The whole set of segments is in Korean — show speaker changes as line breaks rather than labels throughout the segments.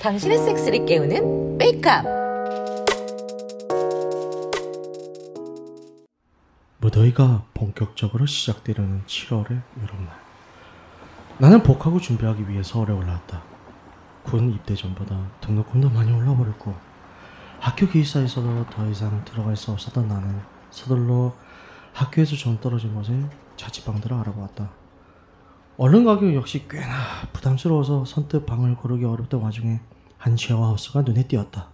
당신의 섹스를 깨우는 메이크업.
네,
무더위가 뭐 본격적으로 시작되려는 7월의 여름날. 나는 복학을 준비하기 위해 서울에 올라왔다. 군 입대 전보다 등록금도 많이 올라버렸고 학교 기숙사에서도 더 이상 들어갈 수 없었던 나는 서둘러 학교에서 좀 떨어진 곳에 자취방들을 알아보았다. 얼른 가격 역시 꽤나 부담스러워서 선뜻 방을 고르기 어렵던 와중에 한 쉐어하우스가 눈에 띄었다.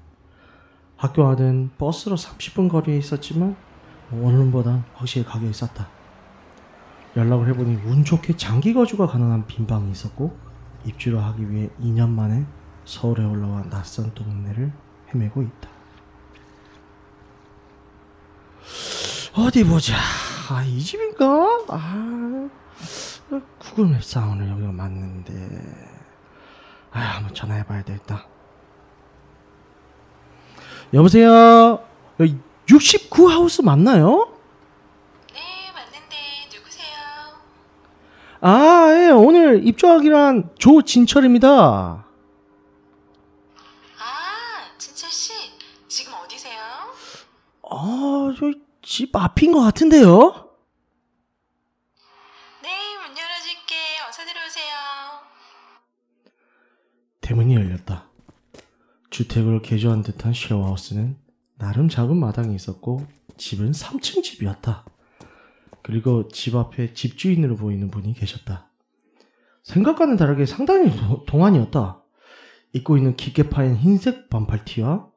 학교 안은 버스로 30분 거리에 있었지만 원룸보단 확실히 가격이 쌌다. 연락을 해보니 운 좋게 장기 거주가 가능한 빈방이 있었고 입주를 하기 위해 2년 만에 서울에 올라와 낯선 동네를 헤매고 있다. 어디 보자. 아, 이 집인가? 아, 구글맵상 오늘 여기가 맞는데. 아, 한번 전화해봐야 되겠다. 여보세요. 69 하우스 맞나요?
네, 맞는데 누구세요?
아, 예, 오늘 입주하기로 한 조진철입니다.
아, 진철 씨, 지금 어디세요?
아, 저 집 앞인 것 같은데요?
네, 문 열어줄게. 어서 들어오세요.
대문이 열렸다. 주택을 개조한 듯한 쉐어하우스는 나름 작은 마당이 있었고 집은 3층 집이었다. 그리고 집 앞에 집주인으로 보이는 분이 계셨다. 생각과는 다르게 상당히 도- 동안이었다. 입고 있는 깊게 파인 흰색 반팔 티와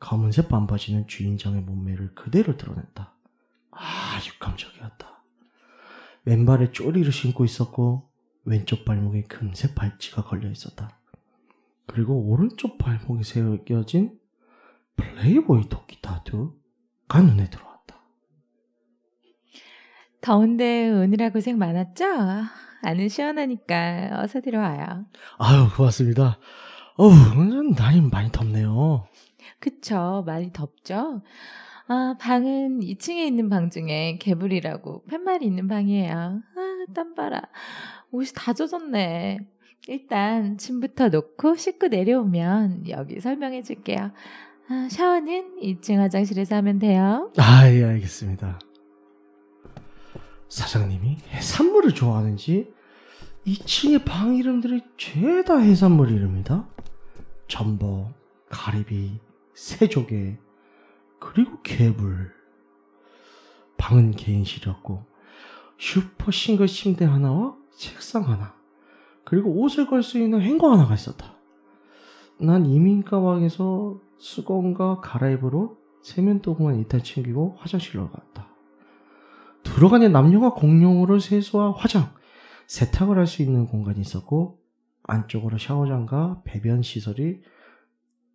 검은색 반바지는 주인장의 몸매를 그대로 드러냈다. 아, 육감적이었다. 왼발에 쪼리를 신고 있었고 왼쪽 발목에 금색 발찌가 걸려 있었다. 그리고 오른쪽 발목에 새겨진 플레이보이 토끼 타투가 눈에 들어왔다.
더운데 오느라 고생 많았죠? 안은 시원하니까 어서 들어와요.
아유, 고맙습니다. 어우, 오늘 날이 많이 덥네요.
그쵸, 많이 덥죠? 아, 방은 2층에 있는 방 중에 개불이라고 팻말이 있는 방이에요. 아, 땀 봐라. 옷이 다 젖었네. 일단 짐부터 놓고 씻고 내려오면 여기 설명해 줄게요. 아, 샤워는 2층 화장실에서 하면 돼요.
아, 예, 알겠습니다. 사장님이 해산물을 좋아하는지 2층의 방 이름들이 죄다 해산물 이름이다. 전복, 가리비, 새조개, 그리고 개불. 방은 개인실이었고 슈퍼 싱글 침대 하나와 책상 하나, 그리고 옷을 걸 수 있는 행거 하나가 있었다. 난 이민가 방에서 수건과 갈아입으로 세면도구만 일단 챙기고 화장실로 갔다. 들어가니 남녀가 공용으로 세수와 화장, 세탁을 할 수 있는 공간이 있었고 안쪽으로 샤워장과 배변 시설이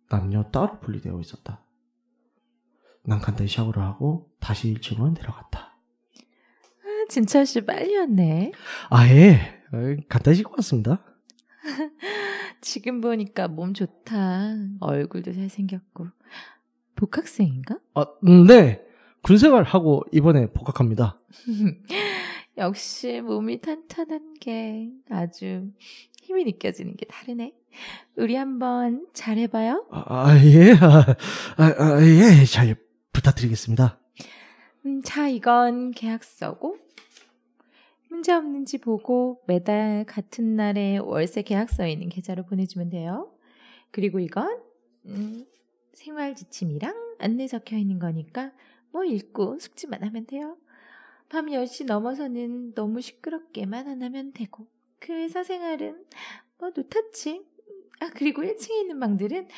남녀 따로 분리되어 있었다. 난 간단히 샤워를 하고 다시 1층으로 내려갔다.
아, 진철 씨 빨리 왔네.
아예 간단히 씻고 왔습니다.
지금 보니까 몸 좋다. 얼굴도 잘생겼고. 복학생인가?
아, 음, 네. 군생활 하고 이번에 복학합니다.
역시 몸이 탄탄한 게 아주 힘이 느껴지는 게 다르네. 우리 한번 잘해봐요.
아, 아, 예. 아, 아, 아, 예. 잘 부탁드리겠습니다.
음, 자, 이건 계약서고. 문제 없는지 보고 매달 같은 날에 월세 계약서에 있는 계좌로 보내주면 돼요. 그리고 이건 음, 생활 지침이랑 안내 적혀 있는 거니까 뭐 읽고 숙지만 하면 돼요. 밤 10시 넘어서는 너무 시끄럽게만 안 하면 되고 그 회사 생활은 뭐 노타치 아 그리고 1층에 있는 방들은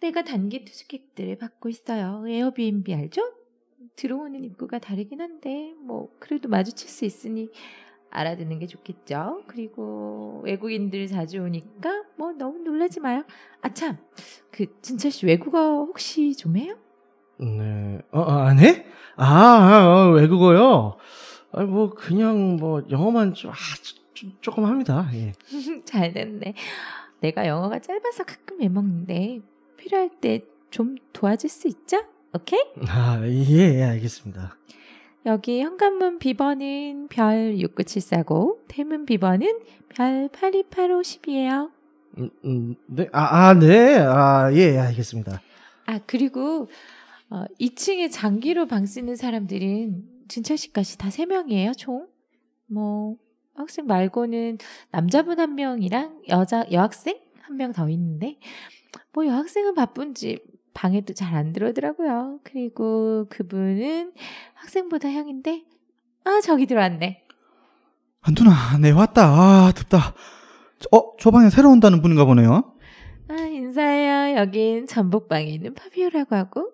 내가 단기 투숙객들을 받고 있어요. 에어비앤비 알죠? 들어오는 입구가 다르긴 한데 뭐 그래도 마주칠 수 있으니 알아듣는 게 좋겠죠. 그리고 외국인들 자주 오니까 뭐 너무 놀라지 마요. 아 참 그 진철 씨 외국어 혹시 좀 해요?
네. 어, 어, 안 해? 아, 아, 어, 외국어요? 아니, 뭐, 그냥, 뭐, 영어만 좀, 아, 조- 조- 조금 합니다. 예.
잘 됐네. 내가 영어가 짧아서 가끔 애먹는데 필요할 때 좀 도와줄 수 있죠? 오케이?
아, 예, 예, 알겠습니다.
여기 현관문 비번은 별 6974고 대문 비번은 별 828510이에요.
음, 음, 네, 아, 아, 네, 아, 예, 알겠습니다.
아 그리고 어, 2층에 장기로 방 쓰는 사람들은 진철 씨까지 다 3명이에요 총. 뭐 학생 말고는 남자분 한 명이랑 여자 여학생 한 명 더 있는데 뭐 여학생은 바쁜지 방에도 잘 안 들어오더라고요. 그리고 그분은 학생보다 형인데 아 저기 들어왔네.
아, 누나, 네, 왔다. 아, 덥다. 저- 어, 저 방에 새로 온다는 분인가 보네요.
아 인사해요. 여긴 전복방에 있는 파비오라고 하고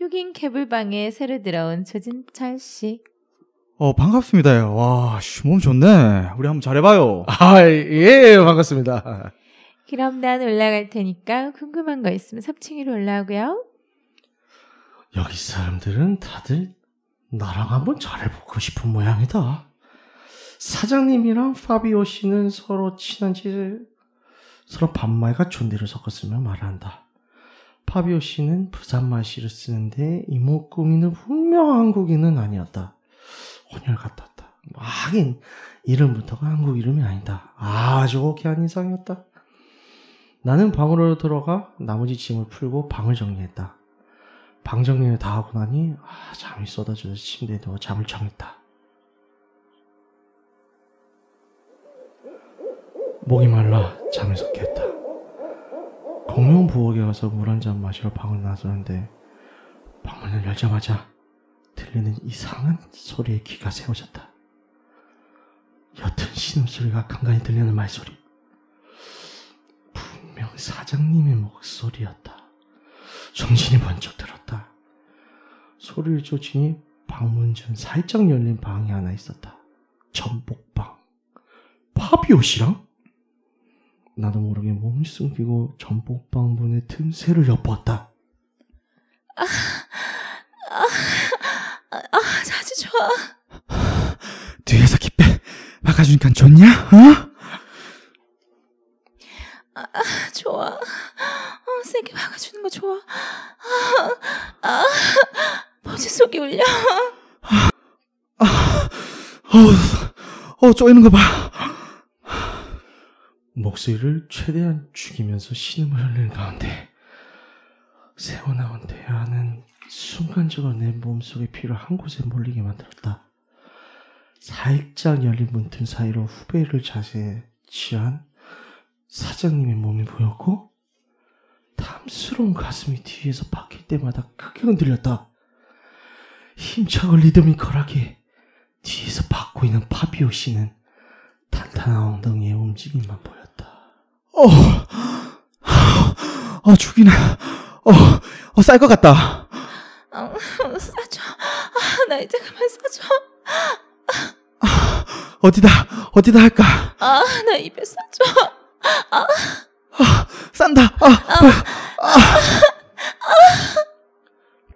여긴 개불방에 새로 들어온 조진철 씨.
어, 반갑습니다. 와, 씨, 몸 좋네. 우리 한번 잘해봐요.
아, 예, 반갑습니다.
그럼 난 올라갈 테니까 궁금한 거 있으면 3층으로 올라오고요.
여기 사람들은 다들 나랑 한번 잘해보고 싶은 모양이다. 사장님이랑 파비오 씨는 서로 친한지 서로 반말과 존대를 섞었으며 말한다. 파비오 씨는 부산말씨를 쓰는데 이목구미는 분명 한국인은 아니었다. 혼혈 같았다. 하긴 이름부터가 한국 이름이 아니다. 아주 호쾌한 인상이었다. 나는 방으로 들어가 나머지 짐을 풀고 방을 정리했다. 방 정리를 다 하고 나니 아, 잠이 쏟아져서 침대에 누워 잠을 청했다. 목이 말라 잠에서 깼다. 공룡 부엌에 가서 물 한 잔 마시러 방을 나서는데 방문을 열자마자 들리는 이상한 소리에 귀가 세워졌다. 옅은 신음소리가 간간히 들리는 말소리. 분명 사장님의 목소리였다. 정신이 번쩍 들었다. 소리를 쫓으니 방문 전 살짝 열린 방이 하나 있었다. 전복방. 파비오 씨랑? 나도 모르게 몸을 숨기고 전복방 문의 틈새를 엿봤다.
아, 아 아주 좋아.
뒤에서 기빼 박아주니까 좋냐? 어?
아, 좋아. 아, 세게 박아주는 거 좋아. 아, 아, 머지 속이 울려.
어, 어, 쪼이는 거 봐.
목소리를 최대한 죽이면서 신음을 흘리는 가운데 새어나온 대화는 순간적으로 내 몸속의 피를 한 곳에 몰리게 만들었다. 살짝 열린 문틈 사이로 후배를 자세히 취한 사장님의 몸이 보였고 탐스러운 가슴이 뒤에서 박힐 때마다 크게 흔들렸다. 힘차고 리드미컬하게 뒤에서 박고 있는 파비오 씨는 탄탄한 엉덩이의 움직임만 보였다.
어, 하, 어, 죽이네. 어, 어, 쌀 것 같다.
아, 싸줘. 아, 나 이제 그만 싸줘.
어디다, 어디다 할까?
아, 나 입에 싸줘.
싼다. 아, 뭐야.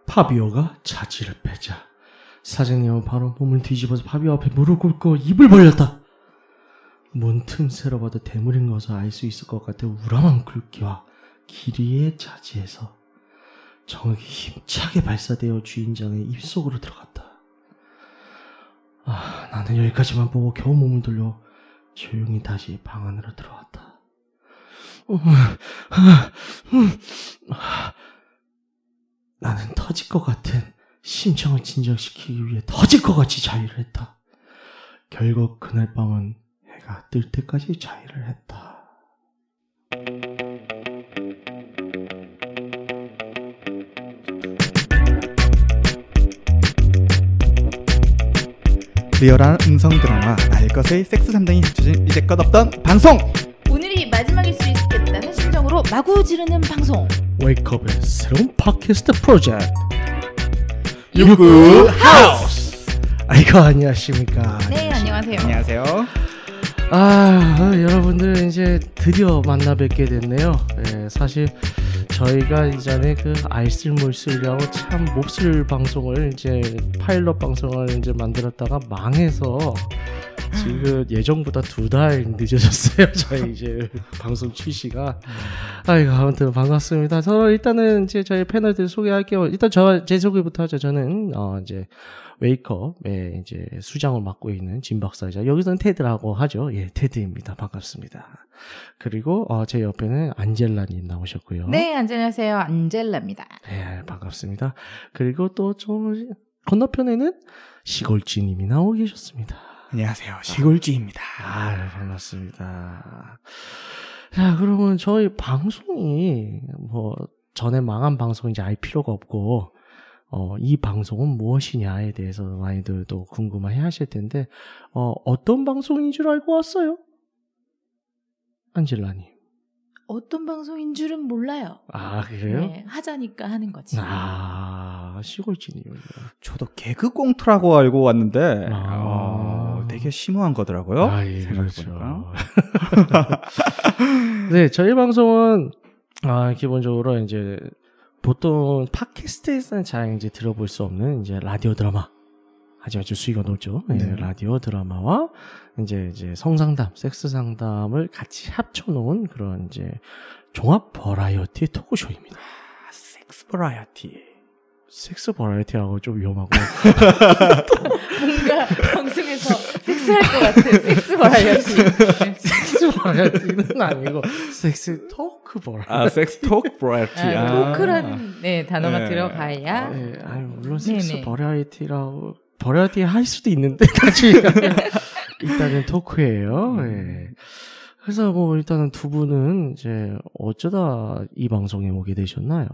파비오가 자지를 빼자 사장님은 바로 몸을 뒤집어서 파비오 앞에 무릎 꿇고 입을 벌렸다. 문 틈새로 봐도 대물인 것을 알 수 있을 것 같아 우람한 굵기와 길이의 자지에서 정액이 힘차게 발사되어 주인장의 입속으로 들어갔다. 아, 나는 여기까지만 보고 겨우 몸을 돌려 조용히 다시 방 안으로 들어왔다. 음, 아, 음, 아. 나는 터질 것 같은 심장을 진정시키기 위해 터질 것 같이 자위를 했다. 결국 그날 밤은 해가 뜰 때까지 자위를 했다.
리얼한 음성 드라마 나의 것의 섹스 담당이 합쳐진 이제껏 없던 방송.
오늘이 마지막일 수 있겠다는 심정으로 마구 지르는 방송.
웨이크업의 새로운 팟캐스트 프로젝트
유구
하우스. 아이고 안녕하십니까.
네, 안녕하세요.
안녕하세요.
아, 아, 여러분들 이제 드디어 만나 뵙게 됐네요. 예, 사실 저희가 이전에 그 알쓸물쓸이라고 참 몹쓸 방송을 이제 파일럿 방송을 이제 만들었다가 망해서 지금 예정보다 두 달 늦어졌어요. 저희 이제 방송 출시가. 아이고, 아무튼 반갑습니다. 서로 일단은 이제 저희 패널들 소개할게요. 일단 저 제 소개부터 하죠. 저는 어 이제 웨이컵의 이제 수장을 맡고 있는 진 박사이자 여기서는 테드라고 하죠. 예, 테드입니다. 반갑습니다. 그리고 어, 제 옆에는 안젤라님 나오셨고요.
네, 안녕하세요. 안젤라입니다.
네, 반갑습니다. 그리고 또 좀 건너편에는 시골쥐님이 나오고 계셨습니다.
안녕하세요. 시골쥐입니다.
아, 반갑습니다. 자, 그러면 저희 방송이 뭐 전에 망한 방송인지 알 필요가 없고 어, 이 방송은 무엇이냐에 대해서 많이들 또 궁금해 하실 텐데 어, 어떤 방송인 줄 알고 왔어요? 안젤라님.
어떤 방송인 줄은 몰라요.
아, 그래요?
네, 하자니까 하는 거지.
아, 시골쥐님.
저도 개그 꽁트라고 알고 왔는데
아.
어, 되게 심오한 거더라고요.
아, 예, 그렇죠.
생각해보니까.
네, 저희 방송은 아, 기본적으로 이제 보통 팟캐스트에서는 잘 이제 들어볼 수 없는 이제 라디오 드라마. 하지만 좀 수위가 높죠. 예,
네.
라디오 드라마와 이제 이제 성상담, 섹스 상담을 같이 합쳐놓은 그런 이제 종합 버라이어티 토크쇼입니다.
아, 섹스 버라이어티.
섹스 버라이어티하고 좀 위험하고
뭔가 방송에서 섹스할 것 같은 섹스 버라이어티.
섹스 버라이어티는 아니고 섹스 토크 버라이어티.
아, 섹스 토크 버라이어티.
아,
아.
토크라는 네, 단어가
네.
들어가야
네, 아니 물론
네네.
섹스 버라이어티라고 버라이어티 할 수도 있는데 나중에 가면 일단은 토크예요.
음.
예. 그래서 뭐 일단은 두 분은 이제 어쩌다 이 방송에 오게 되셨나요?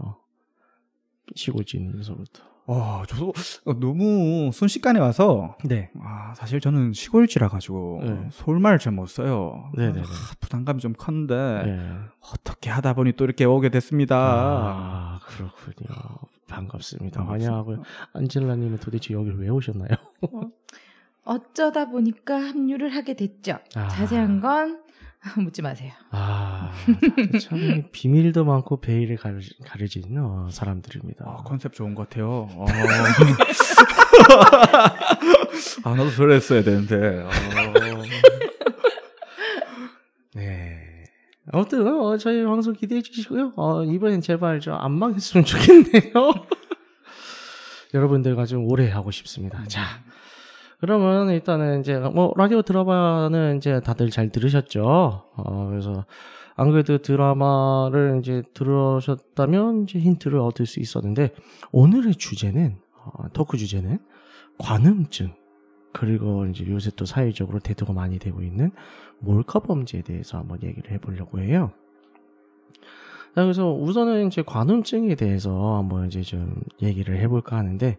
시골진에서부터.
와, 어, 저도 너무 순식간에 와서
네.
아, 사실 저는 시골지라 가지고
네.
서울말을 잘 못 써요.
네네네.
아, 부담감이 좀 컸는데
네.
어떻게 하다 보니 또 이렇게 오게 됐습니다.
아 그렇군요. 반갑습니다.
반갑습니다.
환영하고요. 안젤라님은 도대체 여기를 왜 오셨나요?
어쩌다 보니까 합류를 하게 됐죠.
아.
자세한 건 묻지 마세요.
아, 참 비밀도 많고 베일을 가르, 가르진 어, 사람들입니다.
아, 컨셉 좋은 것 같아요. 어. 아, 나도 저래 했어야 되는데. 어.
네. 아무튼 어, 저희 방송 기대해 주시고요. 어, 이번엔 제발 저 안 망했으면 좋겠네요. 여러분들과 좀 오래 하고 싶습니다. 자. 그러면 일단은 이제 뭐 라디오 드라마는 이제 다들 잘 들으셨죠. 어, 그래서 안 그래도 드라마를 이제 들으셨다면 이제 힌트를 얻을 수 있었는데 오늘의 주제는 어, 토크 주제는 관음증 그리고 이제 요새 또 사회적으로 대두가 많이 되고 있는 몰카 범죄에 대해서 한번 얘기를 해보려고 해요. 자, 그래서 우선은 이제 관음증에 대해서 한번 이제 좀 얘기를 해볼까 하는데,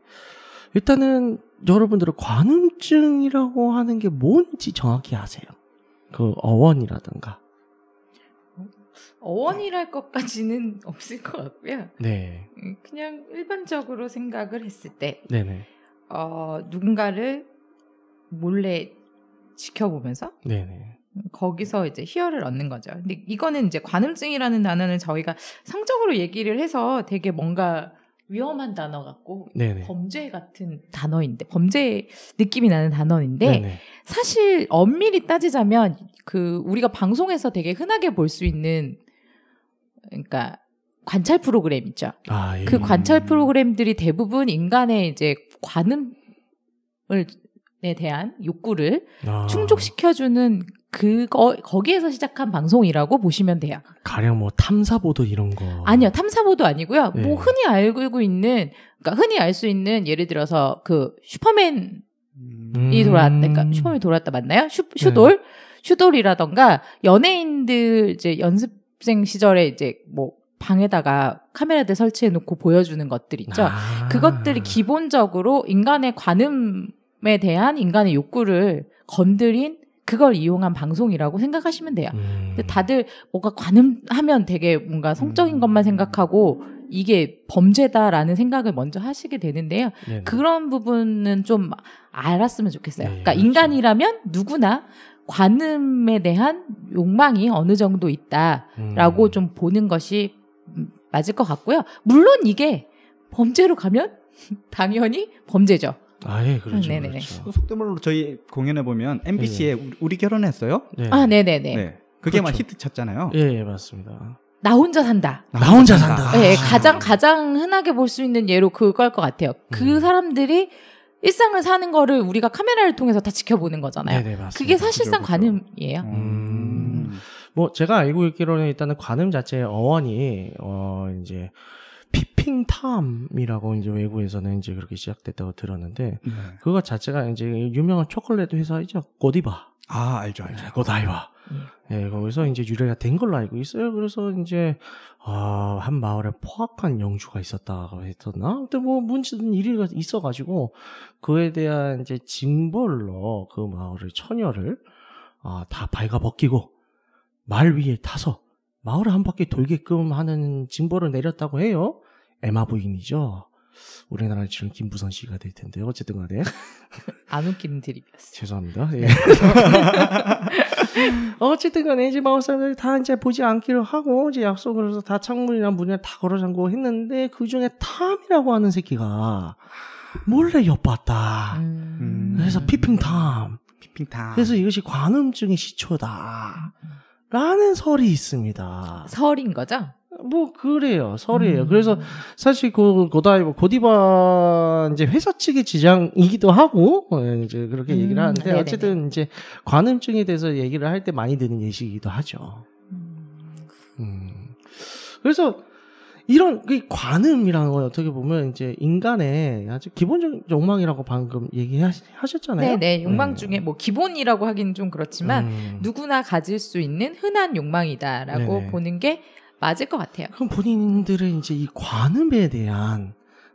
일단은 여러분들은 관음증이라고 하는 게 뭔지 정확히 아세요? 그 어원이라든가.
어원이랄 것까지는 없을 것 같고요.
네.
음, 그냥 일반적으로 생각을 했을 때
네네.
어, 누군가를 몰래 지켜보면서
네네.
거기서 이제 희열을 얻는 거죠. 근데 이거는 이제 관음증이라는 단어는 저희가 성적으로 얘기를 해서 되게 뭔가 위험한 단어 같고
네네.
범죄 같은 단어인데 범죄 느낌이 나는 단어인데
네네.
사실 엄밀히 따지자면 그 우리가 방송에서 되게 흔하게 볼 수 있는 그러니까 관찰 프로그램 있죠.
아, 예.
그 관찰 프로그램들이 대부분 인간의 이제 관음을 에 대한 욕구를
아,
충족시켜주는 그거 거기에서 시작한 방송이라고 보시면 돼요.
가령 뭐 탐사보도 이런 거.
아니요 탐사보도 아니고요.
네.
뭐 흔히 알고 있는 그러니까 흔히 알 수 있는 예를 들어서 그 슈퍼맨
음.
이 돌아왔다. 그러니까 슈퍼맨 돌아왔다 맞나요? 슈,
네.
슈돌? 슈돌이라던가 연예인들 이제 연습생 시절에 이제 뭐 방에다가 카메라들 설치해 놓고 보여주는 것들 있죠.
아.
그것들이 기본적으로 인간의 관음에 대한 인간의 욕구를 건드린 그걸 이용한 방송이라고 생각하시면 돼요.
음.
근데 다들 뭔가 관음하면 되게 뭔가 성적인
음.
것만 생각하고 이게 범죄다라는 생각을 먼저 하시게 되는데요.
네네.
그런 부분은 좀 알았으면 좋겠어요.
네,
그러니까
그렇죠.
인간이라면 누구나 관음에 대한 욕망이 어느 정도 있다라고
음.
좀 보는 것이 음, 맞을 것 같고요. 물론 이게 범죄로 가면 당연히 범죄죠.
아, 예, 그렇죠.
네네네.
그렇죠.
속된 말로 저희 공연에 보면 MBC에 우리 결혼했어요?
네.
아, 네네네.
네. 그게 막
그렇죠.
히트 쳤잖아요.
예, 예, 맞습니다.
나 혼자 산다.
나 혼자 산다.
네, 가장 가장 흔하게 볼 수 있는 예로 그걸 것 같아요. 그
음.
사람들이 일상을 사는 거를 우리가 카메라를 통해서 다 지켜보는 거잖아요.
네네, 맞습니다.
그게 사실상
그죠, 그죠.
관음이에요.
음.
뭐 제가 알고 있기로는 일단은 관음 자체의 어원이 어 이제 피핑탐이라고 이제 외국에서는 이제 그렇게 시작됐다고 들었는데
네.
그것 자체가 이제 유명한 초콜릿 회사이죠 고디바,
아 알죠 알죠.
고다이바. 예, 거기서 이제 유래가 된 걸로 알고 있어요. 그래서 이제 아, 한 마을에 포악한 영주가 있었다고 했었나? 아무튼 뭐 문제는 일이 있어가지고 그에 대한 이제 징벌로 그 마을의 처녀를 아, 다 발가벗기고 말 위에 타서 마을을 한 바퀴 돌게끔 하는 징벌을 내렸다고 해요. 에마 부인이죠. 우리나라 지금 김부선 씨가 될 텐데 어쨌든 간에
안 웃기는 드립이었어요.
죄송합니다. 예. 어쨌든 간에 이제 마을 사람들이 다 이제 보지 않기로 하고 이제 약속을 해서 다 창문이나 문을 다 걸어 잠고 했는데 그 중에 탐이라고 하는 새끼가 몰래 엿봤다.
음.
그래서 피핑탐.
피핑타.
그래서 이것이 관음증의 시초다. 라는 설이 있습니다.
설인 거죠?
뭐 그래요. 설이에요.
음.
그래서 사실 그 고다이 고디바 이제 회사 측의 지장이기도 하고 어, 이제 그렇게
음,
얘기를 하는데
네네네.
어쨌든 이제 관음증에 대해서 얘기를 할 때 많이 드는 예시이기도 하죠. 음. 그래서 이런 그 관음이라는 건 어떻게 보면 이제 인간의 아주 기본적인 욕망이라고 방금 얘기하셨잖아요.
네, 네. 욕망 중에 뭐 기본이라고 하긴 좀 그렇지만
음.
누구나 가질 수 있는 흔한 욕망이다라고
네네.
보는 게 맞을 것 같아요.
그럼 본인들의 이제 이 관음에 대한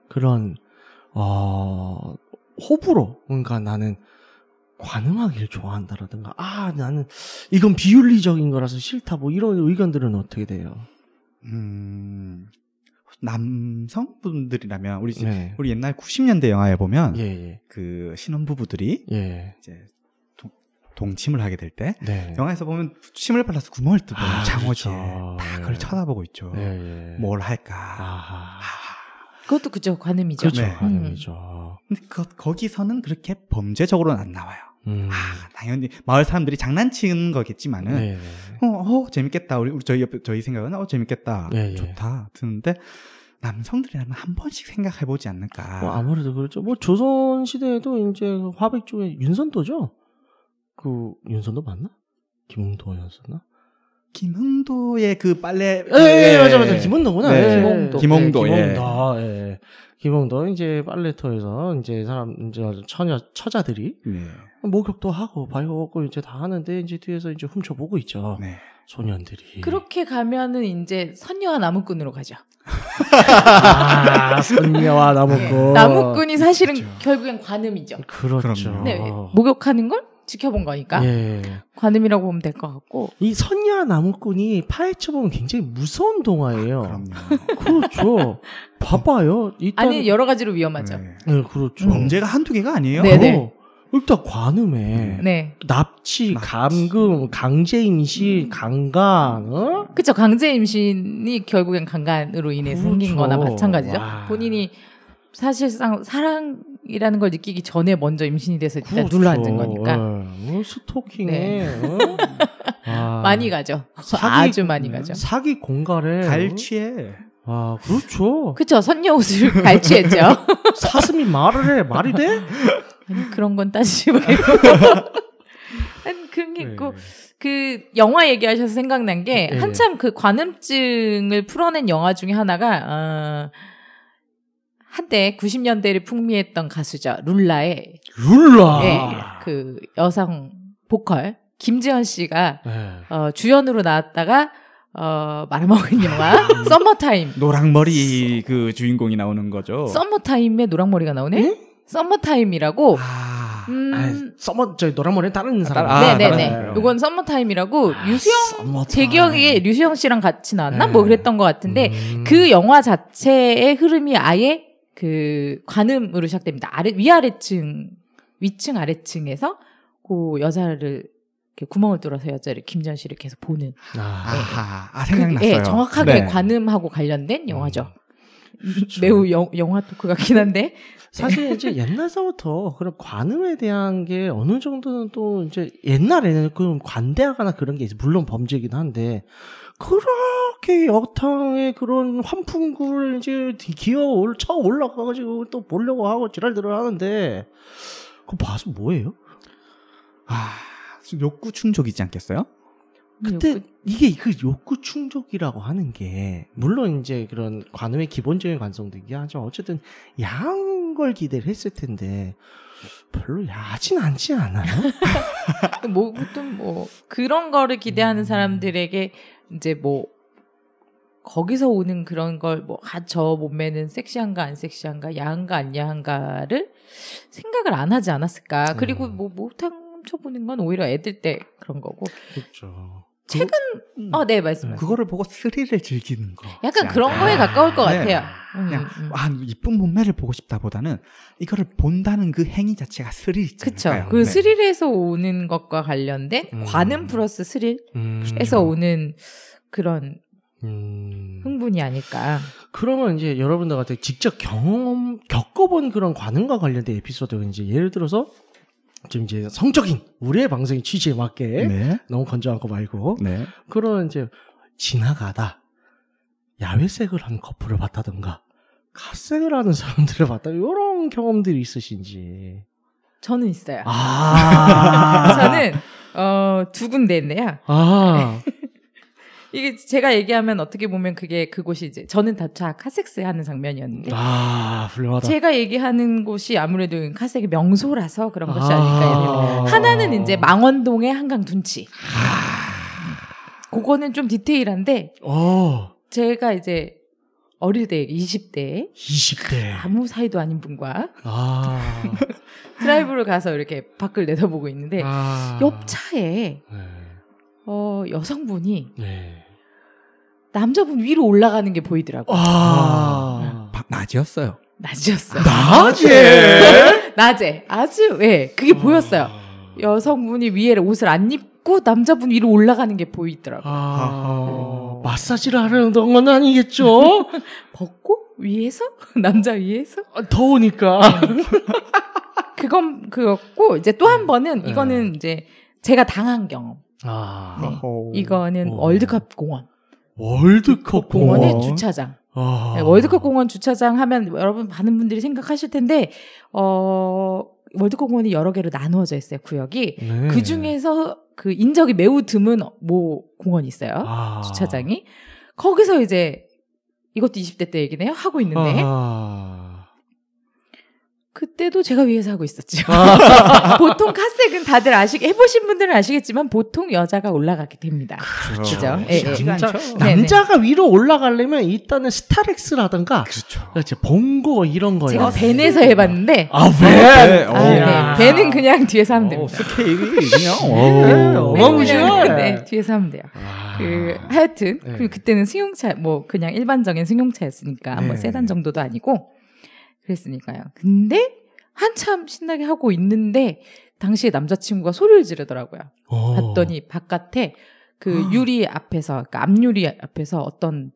그런 어 호불호 그러니까 나는 관음하기를 좋아한다라든가 아 나는 이건 비윤리적인 거라서 싫다 뭐 이런 의견들은 어떻게 돼요?
음. 남성분들이라면 우리 집-
네.
우리 옛날 90년대 영화에 보면
예예
그 신혼부부들이
예. 예.
이제 동, 동침을 하게 될 때
네.
영화에서 보면 침을 발라서 구멍을 뚫고
아,
장어지
그렇죠.
다 그걸
예.
쳐다보고 있죠.
예예
뭘 할까.
아하
그것도 그죠 관음이죠.
그렇죠
네.
관음이죠.
근데 그, 거기서는 그렇게 범죄적으로는 안 나와요.
음.
아, 당연히 마을 사람들이 장난치는 거겠지만은
네네
어, 어, 재밌겠다. 우리, 우리 저희 옆에 저희 생각은 어 재밌겠다.
예, 예.
좋다. 드는데 남성들이라면 한 번씩 생각해 보지 않을까.
뭐 아무래도 그렇죠. 뭐 조선 시대에도 이제 그 화백 쪽에 윤선도죠. 그 윤선도 맞나? 김홍도였었나?
김흥도의 그 빨래
예, 예,
예.
맞아, 맞아.
음.
김홍도구나.
네.
예.
김홍도.
김홍도, 예.
김홍도, 예. 김홍도, 이제 빨래터에서 이제 사람, 이제 처녀, 처자들이
네.
목욕도 하고, 발효하고 이제 다 하는데, 이제 뒤에서 이제 훔쳐보고 있죠.
네.
소년들이.
그렇게 가면은 이제 선녀와 나무꾼으로 가죠.
아, 손녀와 나무꾼.
네. 나무꾼이 사실은
그렇죠.
결국엔 관음이죠.
그렇죠.
그럼요.
네, 목욕하는 걸 지켜본 거니까
예.
관음이라고 보면 될 것 같고
이 선녀와 나무꾼이 파헤쳐보면 굉장히 무서운 동화예요.
아, 그럼요.
그렇죠. 봐봐요. 일단.
아니 여러 가지로 위험하죠.
네.
네, 그렇죠.
범죄가 한두 개가 아니에요.
네, 네.
어, 일단 관음에.
네,
납치,
납치.
감금,
음.
강제임신, 강간, 어?
그쵸 강제 임신이 결국엔 강간으로 인해
그렇죠.
생긴거나 마찬가지죠.
와.
본인이 사실상 사랑이라는 걸 느끼기 전에 먼저 임신이 돼서 일단
그렇죠.
눌러 네, 앉은 거니까
예, 어, 스토킹에
네.
어? 와.
많이 가죠.
사기- 음,
아주 많이 가죠.
사기 공갈에
갈취에
아 그렇죠.
그쵸 선녀 옷을 갈취했죠.
사슴이 말을 해 말이 돼?
아니, 그런 건 따지지 말고. 아니, 그런 게 있고 그 영화 얘기하셔서 생각난 게
네. 예, 예.
한참 그 관음증을 풀어낸 영화 중에 하나가 어, 한때 90년대를 풍미했던 가수죠 룰라의
룰라.
예, 그 여성 보컬 김지현 씨가
예.
어, 주연으로 나왔다가 어, 말아먹은 영화 썸머타임
노랑머리 그 주인공이 나오는 거죠.
썸머타임에 노랑머리가 나오네 썸머타임이라고
아.
음,
아이, 써머 저기 노란머리 다른 사람.
아,
네네네
다른 사람.
요건 아, 썸머타임이라고 유수영
써머
제
타임.
기억에 류수영 씨랑 같이 나왔나?
아, 네.
뭐 그랬던 것 같은데
음.
그 영화 자체의 흐름이 아예 그 관음으로 시작됩니다. 아래 위아래층 위층 아래층에서 그 여자를 이렇게 구멍을 뚫어서 여자를 김전 씨를 계속 보는
아.
아하. 아 생각났어요.
예, 정확하게
네. 그렇죠.
관음하고 관련된 영화죠. 매우 영, 영화 토크 같긴 한데
사실 이제 옛날서부터 그런 관음에 대한 게 어느 정도는 또 이제 옛날에는 그런 관대하거나 그런 게 이제 물론 범죄이긴 한데 그렇게 역탕의 그런 환풍구를 이제 기어 올, 쳐 올라가가지고 또 보려고 하고 지랄들을 하는데 그거 봐서 뭐예요?
아, 욕구 충족이지 않겠어요?
그때
욕구-
이게 그 욕구 충족이라고 하는 게 물론 이제 그런 관음의 기본적인 관성도 있긴 하지만 어쨌든 야한 걸 기대를 했을 텐데 별로 야하진 않지 않아요?
뭐 보통 뭐 그런 거를 기대하는 사람들에게 이제 뭐 거기서 오는 그런 걸뭐저 몸매는 섹시한가 안 섹시한가 야한가 안 야한가를 생각을 안 하지 않았을까 그리고
음.
뭐 못한 쳐보는 건 오히려 애들 때 그런 거고
그렇죠.
최근
음.
어 네 말씀하세요
그거를 보고 스릴을 즐기는 거.
네.
약간 그런 거에 가까울 것 같아요 음,
아, 그냥
음.
아, 이쁜 몸매를 보고 싶다보다는 이거를 본다는 그 행위 자체가 스릴 있잖아요. 네.
그쵸 그 스릴에서 오는 것과 관련된
음.
관음 플러스 스릴에서 오는 그런 흥분이 아닐까
그러면 이제 여러분들 같은 직접 경험 겪어본 그런 관음과 관련된 에피소드 이제 예를 들어서 지금 이제 성적인 우리의 방송의 취지에 맞게
네.
너무 건조한 거 말고
네.
그런 이제 지나가다 야외색을 한 커플을 봤다던가 갓색을 하는 사람들을 봤다 이런 경험들이 있으신지
저는 있어요.
아
저는 어, 두 군데인데요.
아
이게 제가 얘기하면 어떻게 보면 그게 그곳이 이제 저는 다차 카섹스 하는 장면이었는데
아, 훌륭하다
제가 얘기하는 곳이 아무래도 카섹의 명소라서 그런 것이
아.
아닐까. 요 하나는 이제 망원동의 한강 둔치. 그거는 좀 디테일한데
어
제가 이제 어릴 때 20대에
20대
아무 사이도 아닌 분과
아,
드라이브를 가서 이렇게 밖을 내다보고 있는데
아.
네. 옆 차에
네.
어, 여성분이
네.
남자분 위로 올라가는 게 보이더라고요.
아
바- 낮이었어요.
낮이었어요. 아.
낮에
낮에 아주 예 그게 보였어요.
아.
여성분이 위에 옷을 안 입고 남자분 위로 올라가는 게 보이더라고. 요
아 마사지를 하려는 건 아니겠죠
벗고 위에서 남자 위에서
아, 더우니까
그건 그였고 이제 또 한 번은 이거는 이제 제가 당한 경험.
아
네.
어허.
이거는
어.
월드컵 공원
월드컵
공원의
공원.
주차장.
아.
네, 월드컵 공원 주차장 하면 여러분 많은 분들이 생각하실 텐데 어 월드컵 공원이 여러 개로 나누어져 있어요 구역이.
네.
그 중에서 그 인적이 매우 드문 모 공원이 있어요.
아.
주차장이. 거기서 이제 이것도 20대 때 얘기네요. 하고 있는데
어, 아하.
그때도 제가 위에서 하고 있었죠.
아.
보통 카색은 다들 아시 해보신 분들은 아시겠지만 보통 여자가 올라가게 됩니다.
그렇죠.
그죠? 예, 예.
진짜
네,
남자가 위로 올라가려면 일단은 스타렉스라든가
그렇죠.
그렇지 봉고 이런 거요.
제가 벤에서 해봤는데
아 벤.
아, 네. 벤은 그냥 뒤에서 하면 됩니다.
스케일이 그냥
네,
어우.
벤은
어. 어마무시-
그냥
어마무시해.
네, 뒤에서 하면 돼요. 그 하여튼
아. 네.
그리고 그때는 승용차 뭐 그냥 일반적인 승용차였으니까 뭐
네.
세단 정도도 아니고 그랬으니까요. 근데 한참 신나게 하고 있는데 당시에 남자친구가 소리를 지르더라고요.
어.
봤더니 바깥에 그 유리 앞에서 그러니까 앞유리 앞에서 어떤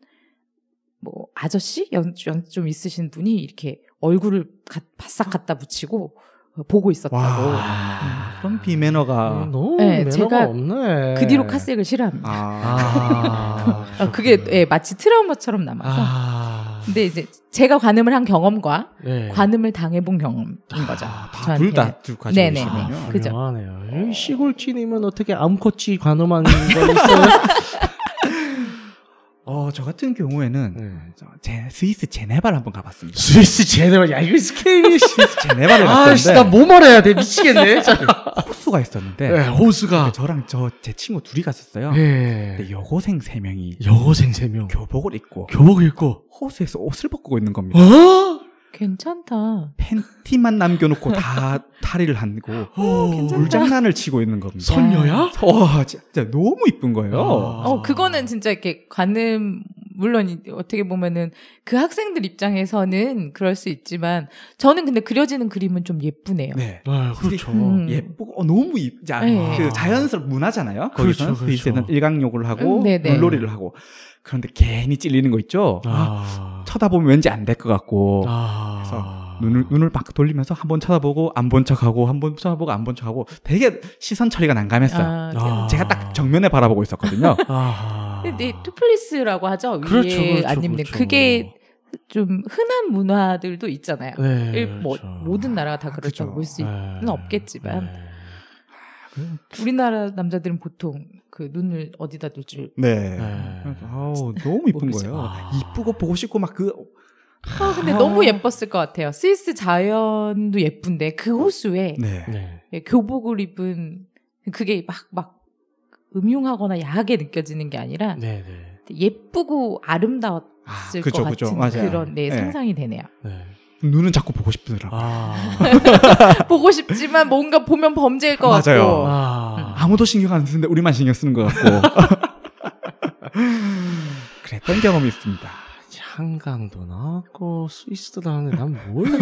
뭐 아저씨 연 좀 있으신 분이 이렇게 얼굴을 가- 바싹 갖다 붙이고 보고 있었다고.
와.
아.
그런 비매너가.
음, 아. 너무
네,
매너가
제가
없네.
그 뒤로 카색을 싫어합니다.
아.
어, 그게 예, 마치 트라우마처럼 남아서
아.
근데 이제 제가 관음을 한 경험과
네. 아,
관음을 당해본 경험인 거죠. 저한테는.
둘다 가지고
네네.
계시군요.
그죠.
훌륭하네요. 이 시골진이면 어떻게 암코치 관음한 거 있어요?
어, 저 같은 경우에는
네.
저 제, 스위스 제네바를 한번 가봤습니다.
스위스 제네바 야 이거 스케일이
스위스 제네바를
아씨 나
갔었는데
뭐 말해야 돼 미치겠네. 자,
호수가 있었는데
네, 호수가
저랑 저 제 친구 둘이 갔었어요.
예.
근데 여고생 세 명이
여고생 세 명.
교복을 입고
교복 입고.
호수에서 옷을 벗고 있는 겁니다.
어?
괜찮다.
팬티만 남겨놓고 다 탈의를 하고
어,
어,
물장난을 치고 있는 겁니다.
선녀야?
와 진짜 너무 이쁜 거예요.
아.
어, 그거는 진짜 이렇게 관음, 물론 이- 어떻게 보면은 그 학생들 입장에서는 그럴 수 있지만 저는 근데 그려지는 그림은 좀 예쁘네요.
네.
네, 그렇죠.
음.
예쁘고 어, 너무 이, 자,
네.
그 자연스러운 문화잖아요.
그렇죠,
거기서는 스위스에는
그렇죠.
일광욕을 하고
음, 네, 네네.
물놀이를 하고 그런데 괜히 찔리는 거 있죠.
아.
첫 쳐다보면 왠지 안 될 것 같고
아.
그래서 눈을 눈을 막 돌리면서 한 번 쳐다보고 안 본 척하고 한 번 쳐다보고 안 본 척하고 되게 시선 처리가 난감했어요.
아,
아.
제가 딱 정면에 바라보고 있었거든요.
아.
근데 네, 투플리스라고 하죠.
그렇죠,
위에
그렇죠,
안 입는
그렇죠.
그게 좀 흔한 문화들도 있잖아요.
네,
일- 뭐,
그렇죠.
모든 나라가 다 그렇다고
그렇죠.
볼 수 있는
네.
없겠지만
네.
우리나라 남자들은 보통 그 눈을 어디다 둘 줄
네.
네.
그래서 아우 너무 이쁜
모르죠.
거예요.
아.
이쁘고 보고 싶고 막 그
아, 근데 너무 예뻤을 것 같아요. 스위스 자연도 예쁜데 그 호수에
네.
네.
예, 교복을 입은 그게 막 막 음흉하거나 야하게 느껴지는 게 아니라
네, 네.
예쁘고 아름다웠을
아,
것
그죠,
같은
그죠. 맞아요.
그런 네,
네.
상상이 되네요.
네.
눈은 자꾸 보고 싶더라고요.
아.
보고 싶지만 뭔가 보면 범죄일 것
맞아요.
같고
아.
아무도 신경 안 쓰는데 우리만 신경 쓰는 것 같고. 그랬던 경험이 있습니다.
한강도 나왔고 스위스도 나왔는데 난뭘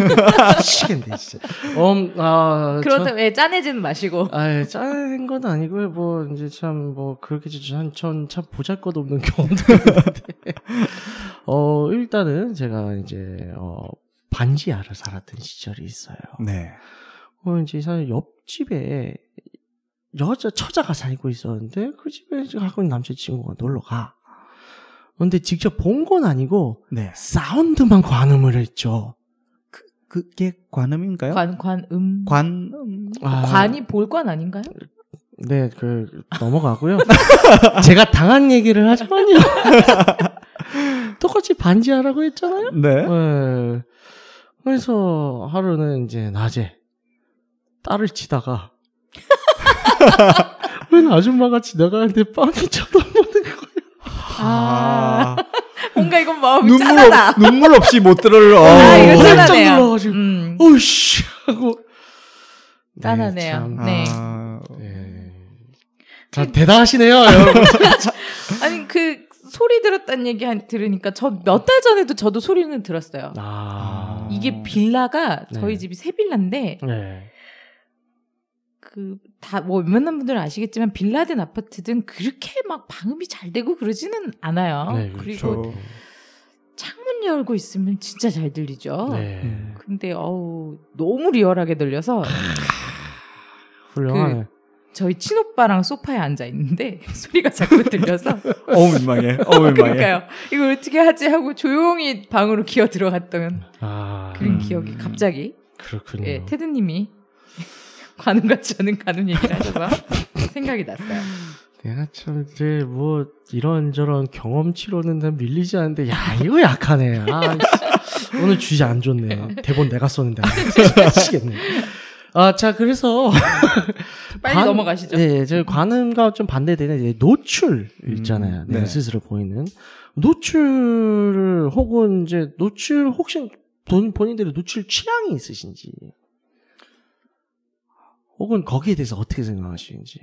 미치겠네 진짜. 음, 아,
그렇죠.
그런데 왜 예, 짠해지는 마시고
아예 짜는 건 아니고요. 뭐 이제 참 뭐 그렇게 전참 보잘것없는 경험들인데. 어 일단은 제가 이제 어 반지하를 살았던 시절이 있어요.
네.
어 이제 사실 옆집에 여자 처자가 살고 있었는데 그 집에 이제 갖고 있는 남자친구가 놀러 가. 근데 직접 본 건 아니고
네.
사운드만 관음을 했죠.
그게 관음인가요?
관 관음
관-
아,
관이 볼 관 아닌가요?
음.
네, 그 넘어가고요. 제가 당한 얘기를 하자면요. 똑같이 반지하라고 했잖아요.
네.
네. 그래서 하루는 이제 낮에 딸을 치다가 웬 아줌마가 지나가는데 빵이 쳐다보는 거예요.
아.
어, 뭔가 이건 마음이
눈물,
짠하다.
없- 눈물 없이 못 들을, 어.
아 이거
깜짝
짠하네요.
놀라가지고.
음.
오씨 하고 네,
짠하네요.
참.
네.
아,
네. 자 대단하시네요, 여러분.
아니 그 소리 들었다는 얘기 한- 들으니까 저 몇 달 전에도 저도 소리는 들었어요.
아,
이게 빌라가 저희
네.
집이 세 빌라인데
네.
그 다 뭐 웬만한 분들은 아시겠지만 빌라든 아파트든 그렇게 막 방음이 잘 되고 그러지는 않아요.
네,
그리고
그렇죠.
창문 열고 있으면 진짜 잘 들리죠.
네.
음.
근데 어우 너무 리얼하게 들려서
훌륭하네.
저희 친오빠랑 소파에 앉아 있는데 소리가 자꾸 들려서
어우, 민망해. 어우, 민망해.
그러니까요. 이거 어떻게 하지 하고 조용히 방으로 기어 들어갔던
아,
그런
음.
기억이 갑자기
그렇군요.
예, 테드님이 관음 같지 않은 관음 얘기를 하셔서 생각이 났어요.
내가 참 이제 뭐 이런저런 경험치로는 난 밀리지 않는데 야 이거 약하네. 아, 씨. 오늘 주제 안 좋네. 대본 내가 썼는데 아, 미치겠네. 아, 자 그래서
빨리
관-
넘어가시죠.
네, 저 관음과 좀 반대되는 이제 노출 있잖아요.
음,
내가
네.
스스로 보이는 노출을 혹은 이제 노출 혹시 본 본인들의 노출 취향이 있으신지 혹은 거기에 대해서 어떻게 생각하시는지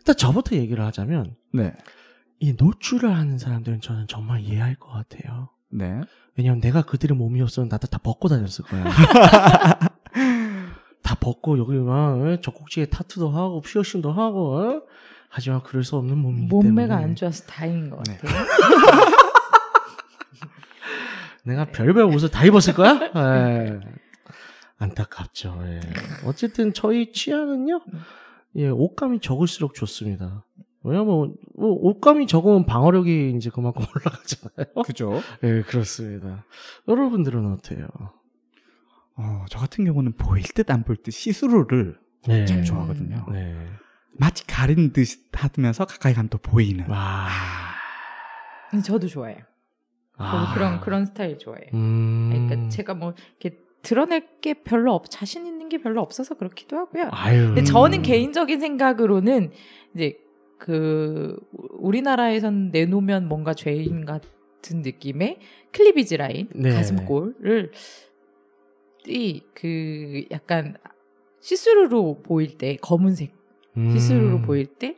일단 저부터 얘기를 하자면
네.
이 노출을 하는 사람들은 저는 정말 이해할 것 같아요.
네.
왜냐면 내가 그들의 몸이었으면 나도 다 벗고 다녔을 거야. 다 벗고 여기 막 어? 젖꼭지에 타투도 하고 피어싱도 하고 어? 하지만 그럴 수 없는 몸이기
몸매가
때문에
안 좋아서 다행인 것
음, 네.
같아요.
내가 별별 옷을 다 입었을 거야? 예. 안타깝죠. 예. 어쨌든 저희 취향은요. 예, 옷감이 적을수록 좋습니다. 왜냐면 뭐 옷감이 적으면 방어력이 이제 그만큼 올라가잖아요.
그죠.
예, 그렇습니다. 여러분들은 어때요?
어, 저 같은 경우는 보일 듯 안 보일 듯 시스루를
네.
음.
참 좋아하거든요.
네.
마치 가린 듯 하면서 가까이 가면 또 보이는.
와.
근데 저도 좋아해요. 저도 뭐 그런 그런 스타일 좋아해요.
음.
그러니까 제가 뭐 이렇게 드러낼 게 별로 없, 자신 있는 게 별로 없어서 그렇기도 하고요.
아유.
근데
음.
저는 개인적인 생각으로는 이제 그 우리나라에선 내놓으면 뭔가 죄인 같은 느낌의 클리비지 라인
네.
가슴골을 이 그 약간 시스루로 보일 때 검은색
음.
시스루로 보일 때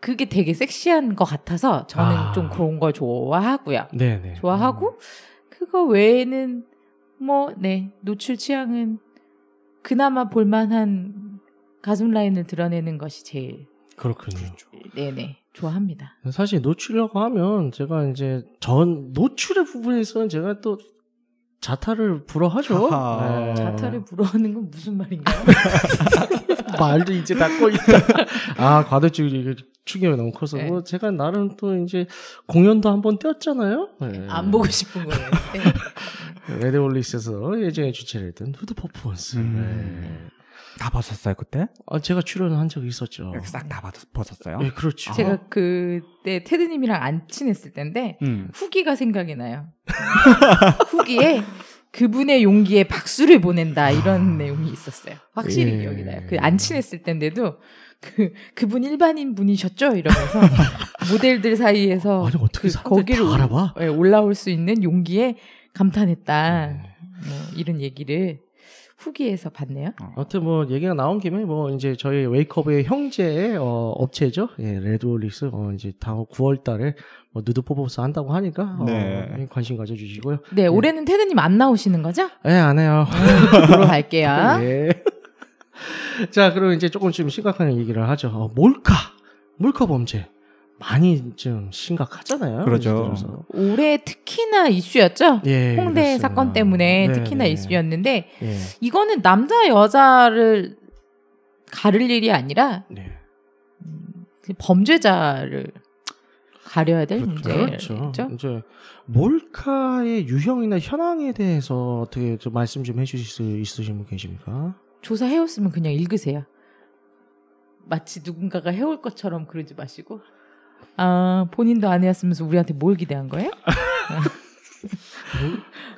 그게 되게 섹시한 것 같아서 저는
아.
좀 그런 걸 좋아하고요.
네네. 음.
좋아하고 그거 외에는 뭐 네 노출 취향은 그나마 볼만한 가슴 라인을 드러내는 것이 제일
그렇군요.
네네 좋아합니다.
사실 노출이라고 하면 제가 이제 전 노출의 부분에서는 제가 또 자타를 불허하죠.
하하.
네.
자타를 불어하는 건 무슨 말인가요?
말도 이제 닫고 있다. 아 과도증이 이게 충격이 너무 커서
네.
뭐 제가 나름 또 이제 공연도 한번 뛰었잖아요. 네.
안 보고 싶은 거예요. 네.
레드올리스에서 예전에 주최를 했던 후드 퍼포먼스.
음.
네.
다 벗었어요 그때?
아 제가 출연을 한 적이 있었죠.
싹 다 벗었어요?
네, 그렇죠.
제가 그때 테드님이랑 안 친했을 텐데
음.
후기가 생각이 나요. 후기에 그분의 용기에 박수를 보낸다 이런 내용이 있었어요. 아. 확실히
예.
기억이 나요. 그 안 친했을 때인데도 그 그분 일반인 분이셨죠 이러면서 모델들 사이에서
아니 어떻게
그
사람들이 다
거기를
알아봐?
예, 올라올 수 있는 용기에 감탄했다
네.
뭐 이런 얘기를 후기에서 봤네요.
아무튼 뭐 얘기가 나온 김에 뭐 이제 저희 웨이크업의 형제 어, 업체죠. 예, 레드올릭스 어, 이제 다음 9월달에 뭐 누드 포포스 한다고 하니까 어,
네.
관심 가져주시고요.
네 올해는 테드님 안 나오시는 거죠?
예, 안 해요.
보러 갈게요.
예. 자, 그럼 이제 조금 좀 심각한 얘기를 하죠. 어, 몰카, 몰카 범죄 많이 좀 심각하잖아요.
그렇죠.
요즘 들어서.
올해 특히나 이슈였죠.
예,
홍대
그렇습니다.
사건 때문에
네,
특히나
네.
이슈였는데
예,
이거는 남자 여자를 가릴 일이 아니라
네.
그 범죄자를 가려야 될
그렇죠.
문제죠.
그렇죠. 이제 몰카의 유형이나 현황에 대해서 어떻게 좀 말씀 좀 해주실 수 있으신 분 계십니까?
조사 해왔으면 그냥 읽으세요. 마치 누군가가 해올 것처럼 그러지 마시고 아 본인도 안 해왔으면서 우리한테 뭘 기대한 거예요?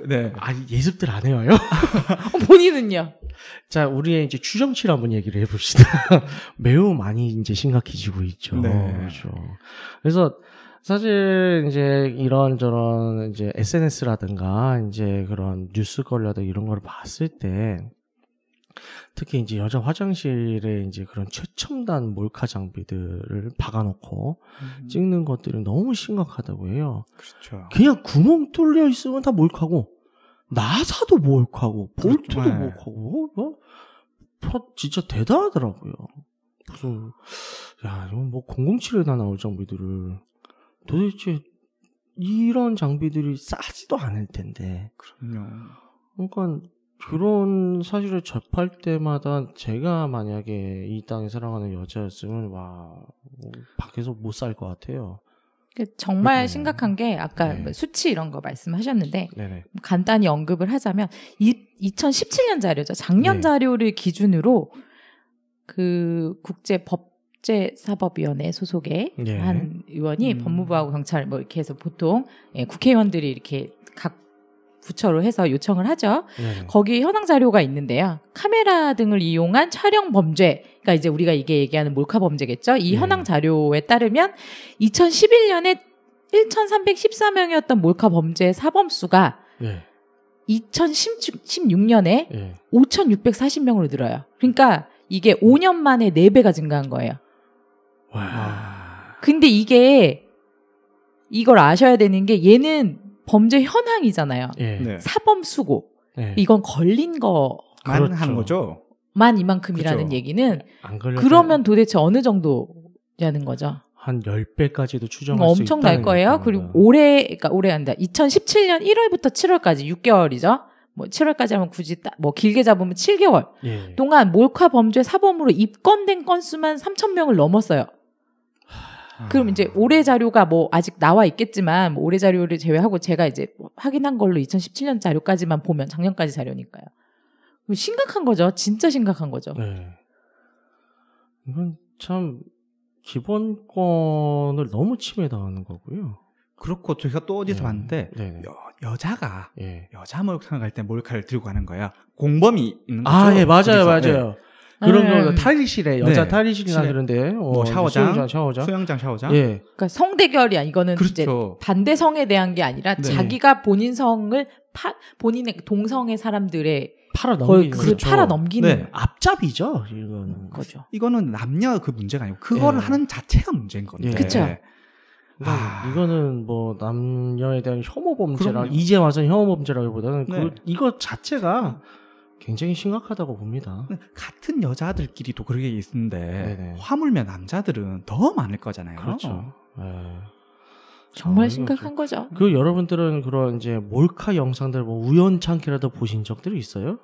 네.
아 예습들 안 해요.
어, 본인은요?
자, 우리의 이제 추정치를 한번 얘기를 해봅시다. 매우 많이 이제 심각해지고 있죠.
네.
그렇죠. 그래서 사실 이제 이런 저런 이제 SNS라든가 이제 그런 뉴스 거리라든가 이런 걸 봤을 때 특히 이제 여자 화장실에 이제 그런 최첨단 몰카 장비들을 박아놓고 찍는 것들이 너무 심각하다고 해요.
음, 그렇죠.
그냥 구멍 뚫려 있으면 다 몰카고 나사도 몰카고 볼트도
그렇죠. 네.
몰카고 어? 어? 다 진짜 대단하더라고요. 무슨 야 이건 뭐 007에나 나올 장비들을 도대체 이런 장비들이 싸지도 않을 텐데
그럼요.
그러니까 그런 사실을 접할 때마다 제가 만약에 이 땅에 사랑하는 여자였으면 와 어, 밖에서 못 살 것 같아요.
그러니까 정말
네.
심각한 게 아까
네.
뭐 수치 이런 거 말씀하셨는데
네네.
간단히 언급을 하자면 이, 2017년 자료죠. 작년
네.
자료를 기준으로 그 국제 법제 사법위원회 소속의
네.
한 의원이
음.
법무부하고 경찰 뭐 이렇게 해서 보통 예, 국회의원들이 이렇게 각 부처로 해서 요청을 하죠.
네네.
거기 현황 자료가 있는데요. 카메라 등을 이용한 촬영 범죄, 그러니까 이제 우리가 이게 얘기하는 몰카 범죄겠죠. 이
네.
현황 자료에 따르면 2011년에 1,314명이었던 몰카 범죄 사범 수가
네.
2016년에
예.
5,640명으로 늘어요. 그러니까 이게 5년 만에 4배가 증가한 거예요. 아.
아,
와.
근데 이게 이걸 아셔야 되는 게 얘는 범죄 현황이잖아요.
예.
네.
사범 수고.
네.
이건 걸린 거만
만
그렇죠.
하는 거죠.
이만큼이라는
그죠.
얘기는
안 걸려.
그러면 도대체 어느 정도냐는 거죠.
한 10배까지도 추정할 수
엄청 날
있다는
거예요.
거구나.
그리고 올해, 그러니까 올해 한다. 2017년 1월부터 7월까지 6개월이죠. 뭐 7월까지 하면 굳이 따- 뭐 길게 잡으면 7개월.
예.
네. 동안 몰카 범죄 사범으로 입건된 건수만 3천 명을 넘었어요.
아.
그럼
아.
이제 올해 자료가 뭐 아직 나와 있겠지만 뭐 올해 자료를 제외하고 제가 이제 뭐 확인한 걸로 2017년 자료까지만 보면 작년까지 자료니까요. 그럼 심각한 거죠. 진짜 심각한 거죠.
네. 이건 참 기본권을 너무 침해당하는 거고요.
그렇고 제가 또 어디서
네.
봤는데
네네.
여, 여자가
예.
여자 목욕탕 갈 때 몰카를 들고 가는 거야. 공범이 있는 거죠.
아, 예, 맞아요,
거기서.
맞아요. 예. 그런
음.
거 탈의실에 여자
네.
탈의실이나
실에.
그런데 어,
뭐 샤워장,
수영장,
네.
샤워장.
수영장 샤워장.
예.
그러니까 성대결이야. 이거는 이제
그렇죠.
반대성에 대한 게 아니라
네.
자기가 본인 성을 파, 본인의 동성애 사람들의
팔아
걸
넘기는
그걸 팔아 넘기는
네.
앞잡이죠. 이거는.
거죠.
이거는 남녀 그 문제가 아니고 그거를
예.
하는 자체가 문제인 건데.
예.
그쵸.
이건,
아.
이거는 뭐 남녀에 대한 혐오 범죄라
그럼요.
이제 와서 혐오 범죄라기보다는
네.
그 이거 자체가 굉장히 심각하다고 봅니다.
같은 여자들끼리도 그런 게 있는데
네네.
화물면 남자들은 더 많을 거잖아요.
그렇죠. 예. 아,
정말
이거
심각한 거죠.
그 여러분들은 그런 이제 몰카 영상들 뭐 우연찮게라도 보신 적들이 있어요?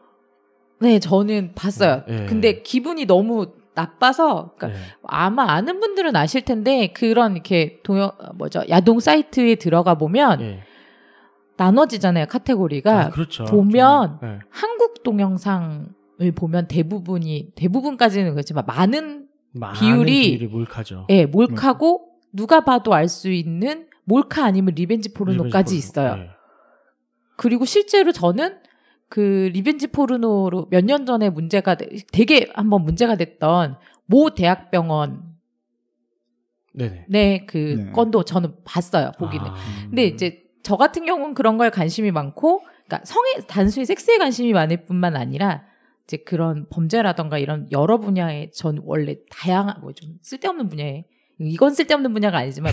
네, 저는 봤어요.
네.
근데 기분이 너무 나빠서 그러니까
네.
아마 아는 분들은 아실 텐데 그런 이렇게 동영 뭐죠 야동 사이트에 들어가 보면
예.
나눠지잖아요 카테고리가
아, 그렇죠.
그러니까 보면
좀, 예.
한국 동영상을 보면 대부분이 대부분까지는 그렇지만 많은
많은
비율이-
비율이 몰카죠.
예 몰카고
네.
누가 봐도 알 수 있는 몰카 아니면 리벤지 포르노까지
리벤지
있어요.
포르노. 예.
그리고 실제로 저는 그 리벤지 포르노로 몇 년 전에 문제가 되, 되게 한번 문제가 됐던 모 대학병원의
네네.
그
네.
건도 저는 봤어요 보기는.
아,
근데 이제 저 같은 경우는 그런 거에 관심이 많고, 그러니까 성에 단순히 섹스에 관심이 많을 뿐만 아니라 이제 그런 범죄라던가 이런 여러 분야에 전 원래 다양한 뭐 좀 쓸데없는 분야에 이건 쓸데없는 분야가 아니지만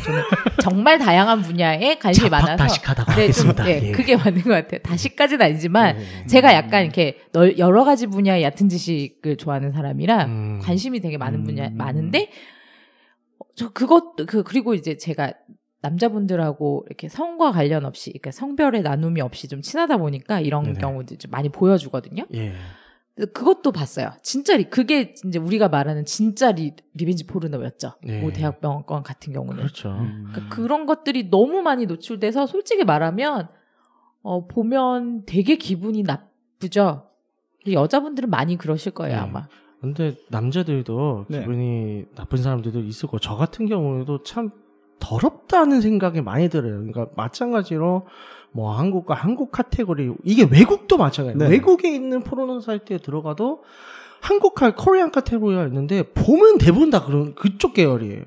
저는 정말 다양한 분야에 관심이
자,
많아서
박다식하다고
네, 좀,
하겠습니다.
예,
예.
그게 맞는 것 같아요. 다시까지는 아니지만
예.
제가 약간 이렇게 널- 여러 가지 분야의 얕은 지식을 좋아하는 사람이라
음.
관심이 되게 많은 분야
음.
많은데 어, 저 그것 그 그리고 이제 제가 남자분들하고 이렇게 성과 관련 없이 그러니까 성별의 나눔이 없이 좀 친하다 보니까 이런
네네.
경우도 좀 많이 보여주거든요.
예.
그래서 그것도 봤어요. 진짜 리, 그게 이제 우리가 말하는 진짜 리, 리벤지 포르노였죠.
네.
모 대학병원 건 같은 경우는
그렇죠.
음.
그러니까 그런 것들이 너무 많이 노출돼서 솔직히 말하면 어, 보면 되게 기분이 나쁘죠. 여자분들은 많이 그러실 거예요
네.
아마.
근데 남자들도
네.
기분이 나쁜 사람들도 있을 거고 저 같은 경우도 참 더럽다는 생각이 많이 들어요. 그러니까 마찬가지로 뭐 한국과 한국 카테고리 이게 외국도 마찬가지예요.
네.
외국에 있는 포르노 사이트에 들어가도 한국할 코리안 카테고리가 있는데 보면 대부분 다 그런 그쪽 계열이에요.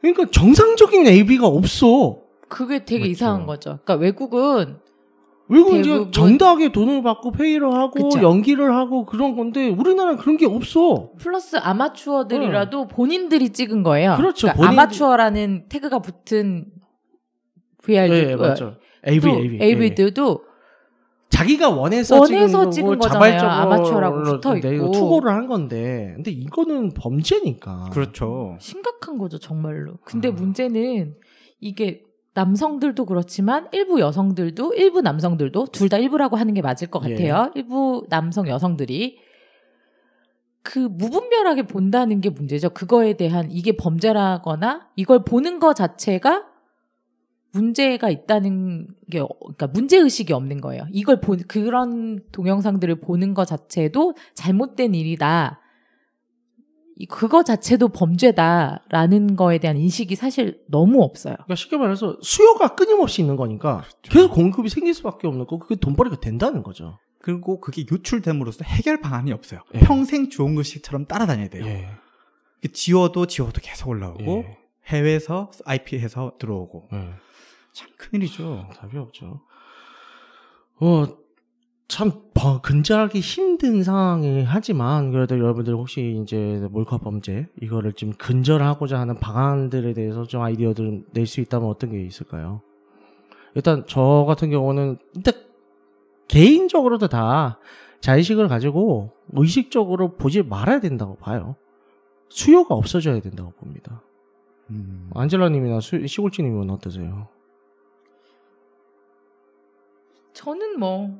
그러니까 정상적인 AB가 없어.
그게 되게
그렇죠.
이상한 거죠. 그러니까 외국은
외국은 이제
대부분-
정당하게 돈을 받고 페이를 하고
그쵸.
연기를 하고 그런 건데 우리나라는 그런 게 없어.
플러스 아마추어들이라도 본인들이 찍은 거예요.
그렇죠.
그러니까
본인들이-
아마추어라는 태그가 붙은 VR
예, 예, 맞죠. AV, AV. 예.
AV들도
자기가 원해서,
원해서 찍은
거고
거잖아요.
자발적으로
아마추어라고 붙어
내가
있고.
투고를 한 건데, 근데 이거는 범죄니까.
그렇죠.
심각한 거죠, 정말로. 근데
아.
문제는 이게 남성들도 그렇지만 일부 여성들도 일부 남성들도 둘 다 일부라고 하는 게 맞을 것
예.
같아요. 일부 남성 여성들이 그 무분별하게 본다는 게 문제죠. 그거에 대한 이게 범죄라거나 이걸 보는 거 자체가 문제가 있다는 게 어- 그러니까 문제 의식이 없는 거예요. 이걸 본 그런 동영상들을 보는 거 자체도 잘못된 일이다. 이- 그거 자체도 범죄다라는 거에 대한 인식이 사실 너무 없어요.
그러니까 쉽게 말해서 수요가 끊임없이 있는 거니까 계속 공급이 생길 수밖에 없는 거고 그게 돈벌이가 된다는 거죠.
그리고 그게 유출됨으로써 해결 방안이 없어요.
예.
평생 주온 것식처럼 따라다녀야 돼요.
예.
그 지워도 지워도 계속 올라오고
예.
해외에서 IP에서 들어오고
예.
참 큰일이죠.
답이 없죠. 어, 참 버- 근절하기 힘든 상황이 하지만 그래도 여러분들 혹시 이제 몰카 범죄 이거를 좀 근절하고자 하는 방안들에 대해서 좀 아이디어들 낼 수 있다면 어떤 게 있을까요? 일단 저 같은 경우는 일단 개인적으로도 다 자의식을 가지고 의식적으로 보지 말아야 된다고 봐요. 수요가 없어져야 된다고 봅니다.
음.
아, 안젤라님이나 수- 시골지님은 어떠세요?
저는 뭐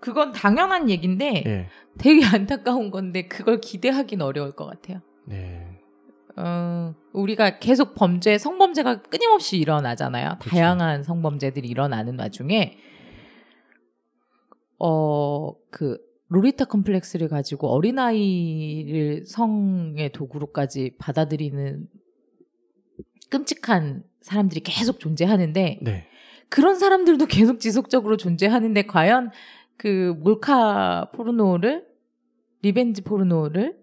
그건 당연한 얘기인데
예,
되게 안타까운 건데 그걸 기대하긴 어려울 것 같아요.
네.
어, 우리가 계속 범죄, 성범죄가 끊임없이 일어나잖아요.
그쵸.
다양한 성범죄들이 일어나는 와중에, 어, 그, 로리타 컴플렉스를 가지고 어린아이를 성의 도구로까지 받아들이는 끔찍한 사람들이 계속 존재하는데,
네.
그런 사람들도 계속 지속적으로 존재하는데, 과연 그 몰카 포르노를, 리벤지 포르노를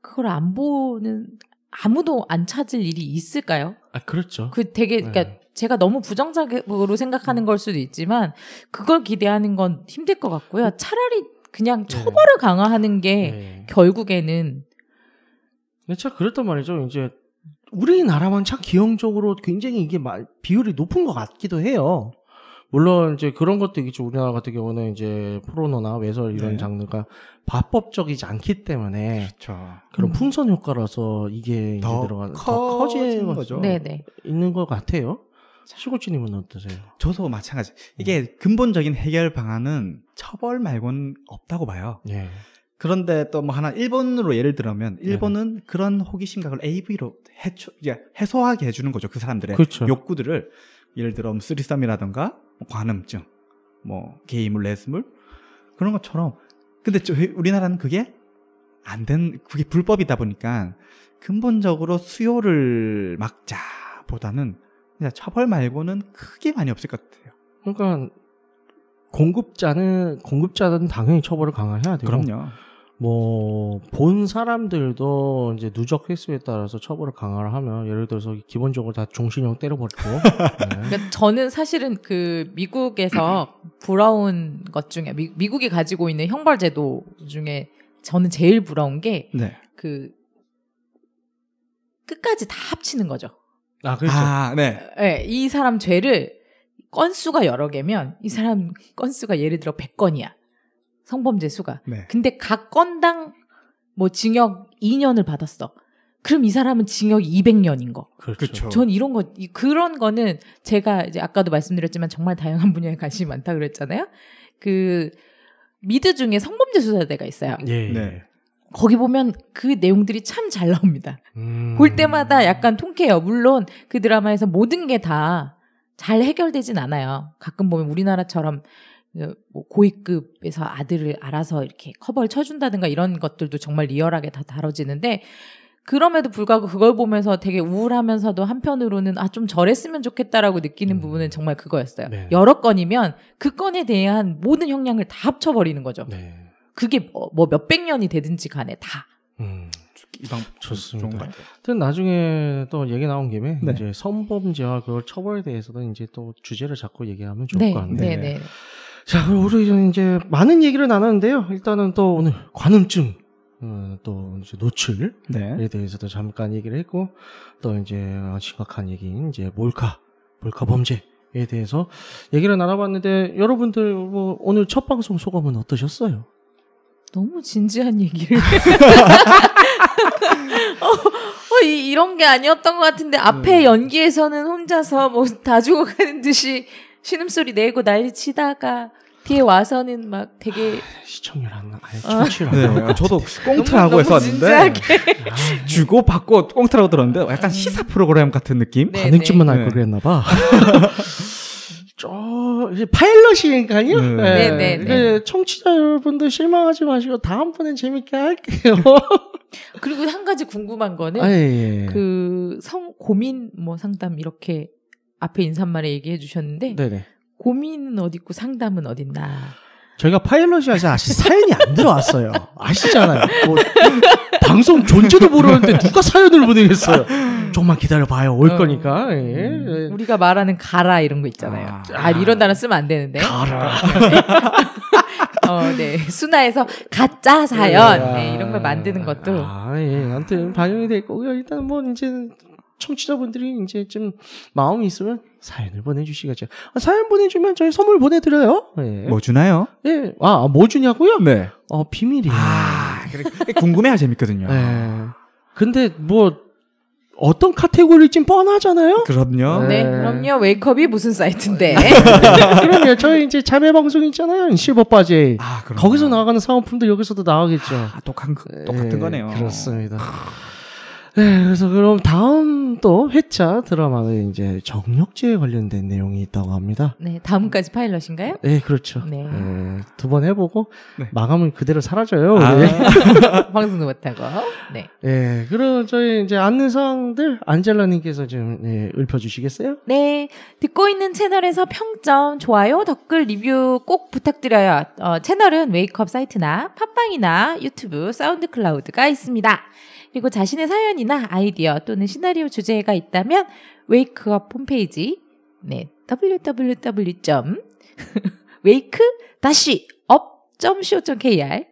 그걸 안 보는 아무도 안 찾을 일이 있을까요?
아 그렇죠.
그 되게 그러니까
네. 음.
제가 너무 부정적으로 생각하는 걸 수도 있지만 그걸 기대하는 건 힘들 것 같고요. 차라리 그냥
음. 네.
처벌을 강화하는 게
네.
결국에는
근데 참 그랬단 말이죠. 이제 우리나라만 참 기형적으로 굉장히 이게 마- 비율이 높은 것 같기도 해요. 물론 이제 그런 것도 있겠죠. 우리나라 같은 경우는 이제 포르노나 외설 이런
네.
장르가 파법적이지 않기 때문에
그렇죠.
그런 풍선 효과라서 이게 이제
더
들어가 더
커지는
커지는
거죠.
거죠.
네, 네.
있는 것 같아요. 시고치님은 어떠세요?
저도 마찬가지.
예.
이게 근본적인 해결 방안은 처벌 말고는 없다고 봐요.
예.
그런데 또 뭐 하나 일본으로 예를 들면
네.
일본은 그런 호기심 각을 AV로 해초, 이제 해소하게 해주는 거죠. 그 사람들의
그렇죠.
욕구들을 예를 들어 뭐 쓰리썸이라던가 뭐 관음증, 뭐 게이물, 레스물 그런 것처럼. 근데 저희 우리나라는 그게 안 된, 그게 불법이다 보니까 근본적으로 수요를 막자보다는 그냥 처벌 말고는 크게 많이 없을 것 같아요.
그러니까 공급자는 공급자는 당연히 처벌을 강화해야 돼요.
그럼요.
뭐 본 사람들도 이제 누적 횟수에 따라서 처벌을 강화를 하면 예를 들어서 기본적으로 다 종신형 때려버리고 네.
그러니까 저는 사실은 그 미국에서 부러운 것 중에 미, 미국이 가지고 있는 형벌 제도 중에 저는 제일 부러운
네.
게 그 끝까지 다 합치는 거죠.
아 그렇죠.
아, 네.
예, 이 사람 죄를 건수가 여러 개면 이 사람 건수가 예를 들어 100건이야. 성범죄 수가.
네.
근데 각 건당 뭐 징역 2년을 받았어. 그럼 이 사람은 징역 200년인 거.
그렇죠.
전 이런 거 이- 그런 거는 제가 이제 아까도 말씀드렸지만 정말 다양한 분야에 관심이 많다 그랬잖아요. 그 미드 중에 성범죄 수사대가 있어요.
예.
네.
거기 보면 그 내용들이 참 잘 나옵니다.
음.
볼 때마다 약간 통쾌해요. 물론 그 드라마에서 모든 게 다 잘 해결되진 않아요. 가끔 보면 우리나라처럼 그뭐 고위급에서 아들을 알아서 이렇게 커버를 쳐준다든가 이런 것들도 정말 리얼하게 다 다뤄지는데 그럼에도 불구하고 그걸 보면서 되게 우울하면서도 한편으로는 아 좀 저랬으면 좋겠다라고 느끼는
음.
부분은 정말 그거였어요.
네.
여러 건이면 그 건에 대한 모든 형량을 다 합쳐버리는 거죠.
네.
그게 뭐 몇백 년이 되든지 간에 다.
음.
이방
좋습니다.
좋은 것 같아요.
하여튼 나중에 또 얘기 나온 김에
네.
이제 성범죄와 그 처벌에 대해서는 이제 또 주제를 잡고 얘기하면 좋을
네,
것 같네요.
네,
네.
네.
자, 그럼 우리 이제- 이제 많은 얘기를 나눴는데요. 일단은 또 오늘 관음증, 어, 또 이제 노출에
네.
대해서도 잠깐 얘기를 했고, 또 이제 어, 심각한 얘기인 이제 몰카, 몰카 범죄에 대해서 얘기를 나눠봤는데, 여러분들 뭐 오늘 첫 방송 소감은 어떠셨어요?
너무 진지한 얘기를. 어, 어, 이, 이런 게 아니었던 것 같은데 앞에
네.
연기에서는 혼자서 뭐 다 죽어가는 듯이 신음소리 내고 난리 치다가 뒤에 와서는 막 되게
시청률 안, 아예
아.
충치를 안 나올 것
네,
같은데.
저도 꽁트라고
너무
해서 왔는데
진지하게.
아,
주고 받고 꽁트라고 들었는데 약간 시사 프로그램 같은 느낌.
네.
관음증만 할 걸
네.
그랬나봐. 저 이제 파일럿이니까요.
네.
네.
네, 네, 네.
이제 청취자 여러분들 실망하지 마시고 다음번엔 재밌게 할게요.
그리고 한 가지 궁금한 거는
아, 예, 예.
네. 그 성 고민 뭐 상담 이렇게 앞에 인사말에 얘기해 주셨는데
네네.
고민은 어디 있고 상담은 어디 있나.
저희가 파일럿이 아직 아시 사연이 안 들어왔어요. 아시잖아요. 뭐, 방송 존재도 모르는데 누가 사연을 보내겠어요. 조금만 기다려봐요. 올
어.
거니까. 예. 예.
우리가 말하는 가라 이런 거 있잖아요.
아.
아, 이런 단어 쓰면 안 되는데.
가라.
어, 네. 순화해서 가짜 사연 네, 이런 걸 만드는 것도
아, 예. 아무튼 반영이 될 거고요. 일단 뭐 이제 청취자분들이 이제 좀 마음이 있으면 사연을 보내주시겠죠. 아, 사연 보내주면 저희 선물 보내드려요. 예.
뭐 주나요?
예. 아, 아, 뭐 주냐고요?
네.
어, 비밀이에요.
아, 그래. 궁금해야 재밌거든요.
예. 근데 뭐 어떤 카테고리일진 뻔하잖아요.
그럼요.
네
네.
그럼요 웨이컵이 무슨 사이트인데
그럼요. 저희 이제 자매 방송 있잖아요. 실버 바지.
아, 그럼.
거기서 나가는 사은품도 여기서도 나가겠죠.
아, 똑같은 그- 똑같은
예,
거네요.
그렇습니다. 네, 그래서 그럼 다음 또 회차 드라마는 이제 정력제에 관련된 내용이 있다고 합니다.
네 다음까지 파일럿인가요?
네, 그렇죠.
네.
두 번 해보고
네.
마감은 그대로 사라져요.
아,
우리.
방송도 못하고 네,
예, 그럼 저희 이제 안내 사항들 안젤라님께서 좀 예, 읊어주시겠어요?
네 듣고 있는 채널에서 평점 좋아요 댓글 리뷰 꼭 부탁드려요 어, 채널은 웨이크업 사이트나 팟빵이나 유튜브 사운드 클라우드가 있습니다 그리고 자신의 사연이나 아이디어 또는 시나리오 주제가 있다면 웨이크업 홈페이지 네 www. wake-up.co.kr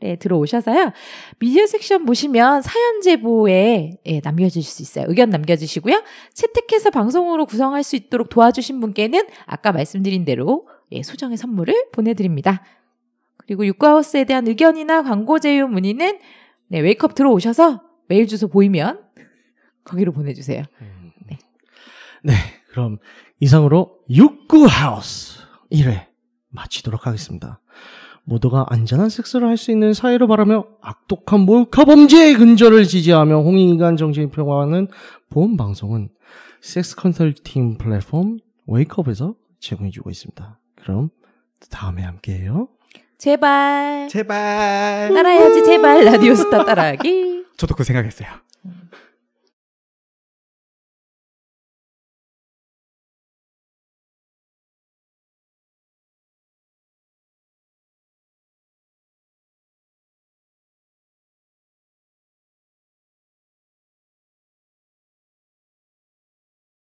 네, 들어오셔서요. 미디어 섹션 보시면 사연 제보에 예, 남겨주실 수 있어요. 의견 남겨주시고요. 채택해서 방송으로 구성할 수 있도록 도와주신 분께는 아까 말씀드린 대로 예, 소정의 선물을 보내드립니다. 그리고 육과하우스에 대한 의견이나 광고 제휴 문의는 네, 웨이크업 들어오셔서 메일 주소 보이면 거기로 보내주세요.
네. 그럼 이상으로 육구하우스 1회 마치도록 하겠습니다. 모두가 안전한 섹스를 할 수 있는 사회로 바라며 악독한 몰카 범죄의 근절을 지지하며 홍익인간 정신을 표방하는 보험 방송은 섹스 컨설팅 플랫폼 웨이크업에서 제공해주고 있습니다. 그럼 다음에 함께해요.
제발
제발.
따라해야지 제발 라디오스타 따라하기.
저도 그 생각했어요.